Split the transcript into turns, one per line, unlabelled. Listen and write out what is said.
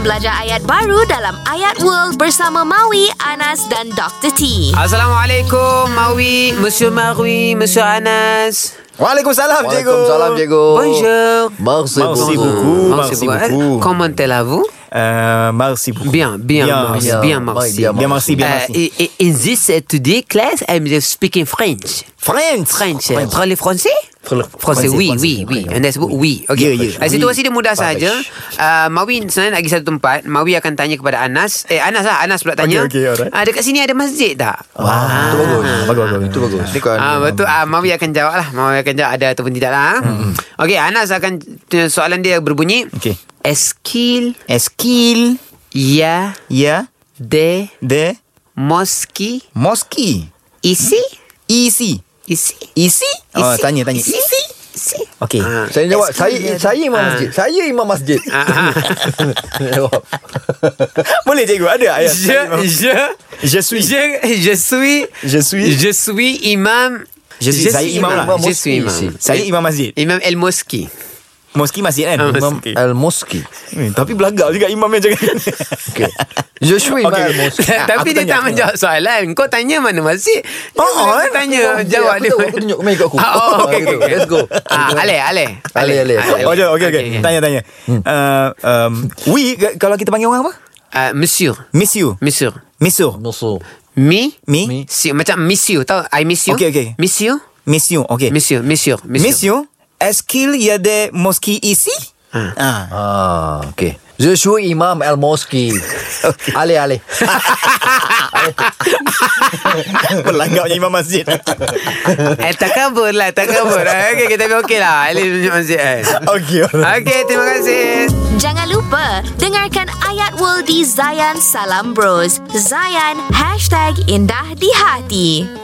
belajar ayat baru dalam Ayat World bersama Maui, Anas dan Dr. T.
Assalamualaikum Mawi Monsieur Marwi Monsieur Anas
Waalaikumsalam, cikgu.
Waalaikumsalam, cikgu.
Bonjour
Oh, Merci
Merci, beaucoup.
Merci
beaucoup. Merci
beaucoup
beaucoup.
Comment allez-vous
Euh, merci beaucoup.
Bien, bien, merci, bien,
Bien,
bien,
merci.
bien,
Bien, merci, bien,
Uh,
merci.
i- i- in this uh, today class, I'm just speaking French.
Friends.
French. French. Parlez français?
Parlez
Français,
français,
oui, oui,
français,
oui.
oui.
Anas, bu- oui. Okay.
Ya, ya.
Uh, situasi
Oui.
dia mudah saja. Uh, Mawi sebenarnya lagi satu tempat. Mawi akan tanya kepada Anas. Eh, Anas lah. Anas pula tanya.
Okey, okey, alright.
Uh, dekat sini ada masjid tak?
Wah, itu bagus. Bagus, bagus.
Itu bagus. Dia kan.
Ah betul ah Mawi akan jawab lah Mawi akan jawab ada ataupun tidak lah hmm. Okey Anas akan soalan dia berbunyi
Okey.
Est-qu'il
Est-ce qu'il
y a
y a
des
des
mosquées
mosquées
ici
ici?
ici
Ici? Oh,
Ici.
tanya, tanya. Ici?
ici
Okey.
Ah.
Saya jawab,
Est-ce
saya
qu'il y a-
saya imam
Ah.
masjid. Saya imam masjid.
Ah, ah.
Jawab.
Boleh, cikgu? Ada ayat?
je je
Je suis.
je je suis
Je suis.
je suis imam
Je suis- saya imam lah.
je suis imam Eh.
Ici.
Saya imam masjid.
imam el moski
Mosque masjid kan?
Ah,
Imam.
masjid.
Al-Muski.
Eh, tapi belagak juga imam yang cakap.
Okey. Je suis
Okey,
imam
okey.
al-Muski.
tapi
aku
dia
tanya,
tak
aku
menjawab soalan Kau tanya mana masjid
Oh,
Kau
kan?
tanya
Aku
Jawab
tahu,
dia
aku tunjuk ke meja aku.
Ah, Oh okay,
Ah,
okay,
gitu. Let's go.
ah, Ale Ale
Ale, Ale.
Oh, jom, okey, okey. Tanya, tanya.
Hmm.
Uh, um, oui, ke- kalau kita panggil orang apa?
Ah, Monsieur
Miss you.
Monsieur
Miss you.
Musuh.
Me
Me?
Si, Macam miss you Tahu I miss you
Okey, okey.
Miss you
Miss you. Okay.
Miss you Miss you
Miss you. Est-ce qu'il y a des mosquées ici? Ah.
Ah, okey. Je suis imam al-Muski. Ale ale.
Pelanggarnya imam masjid.
Eh tak kabur lah Tak kabur Okay, okay Tapi okey lah Ale tunjuk masjid eh.
Okey.
Okay terima kasih
Jangan lupa, dengarkan Ayat World di Zayan Salam Bros. Zayan, hashtag indah di hati.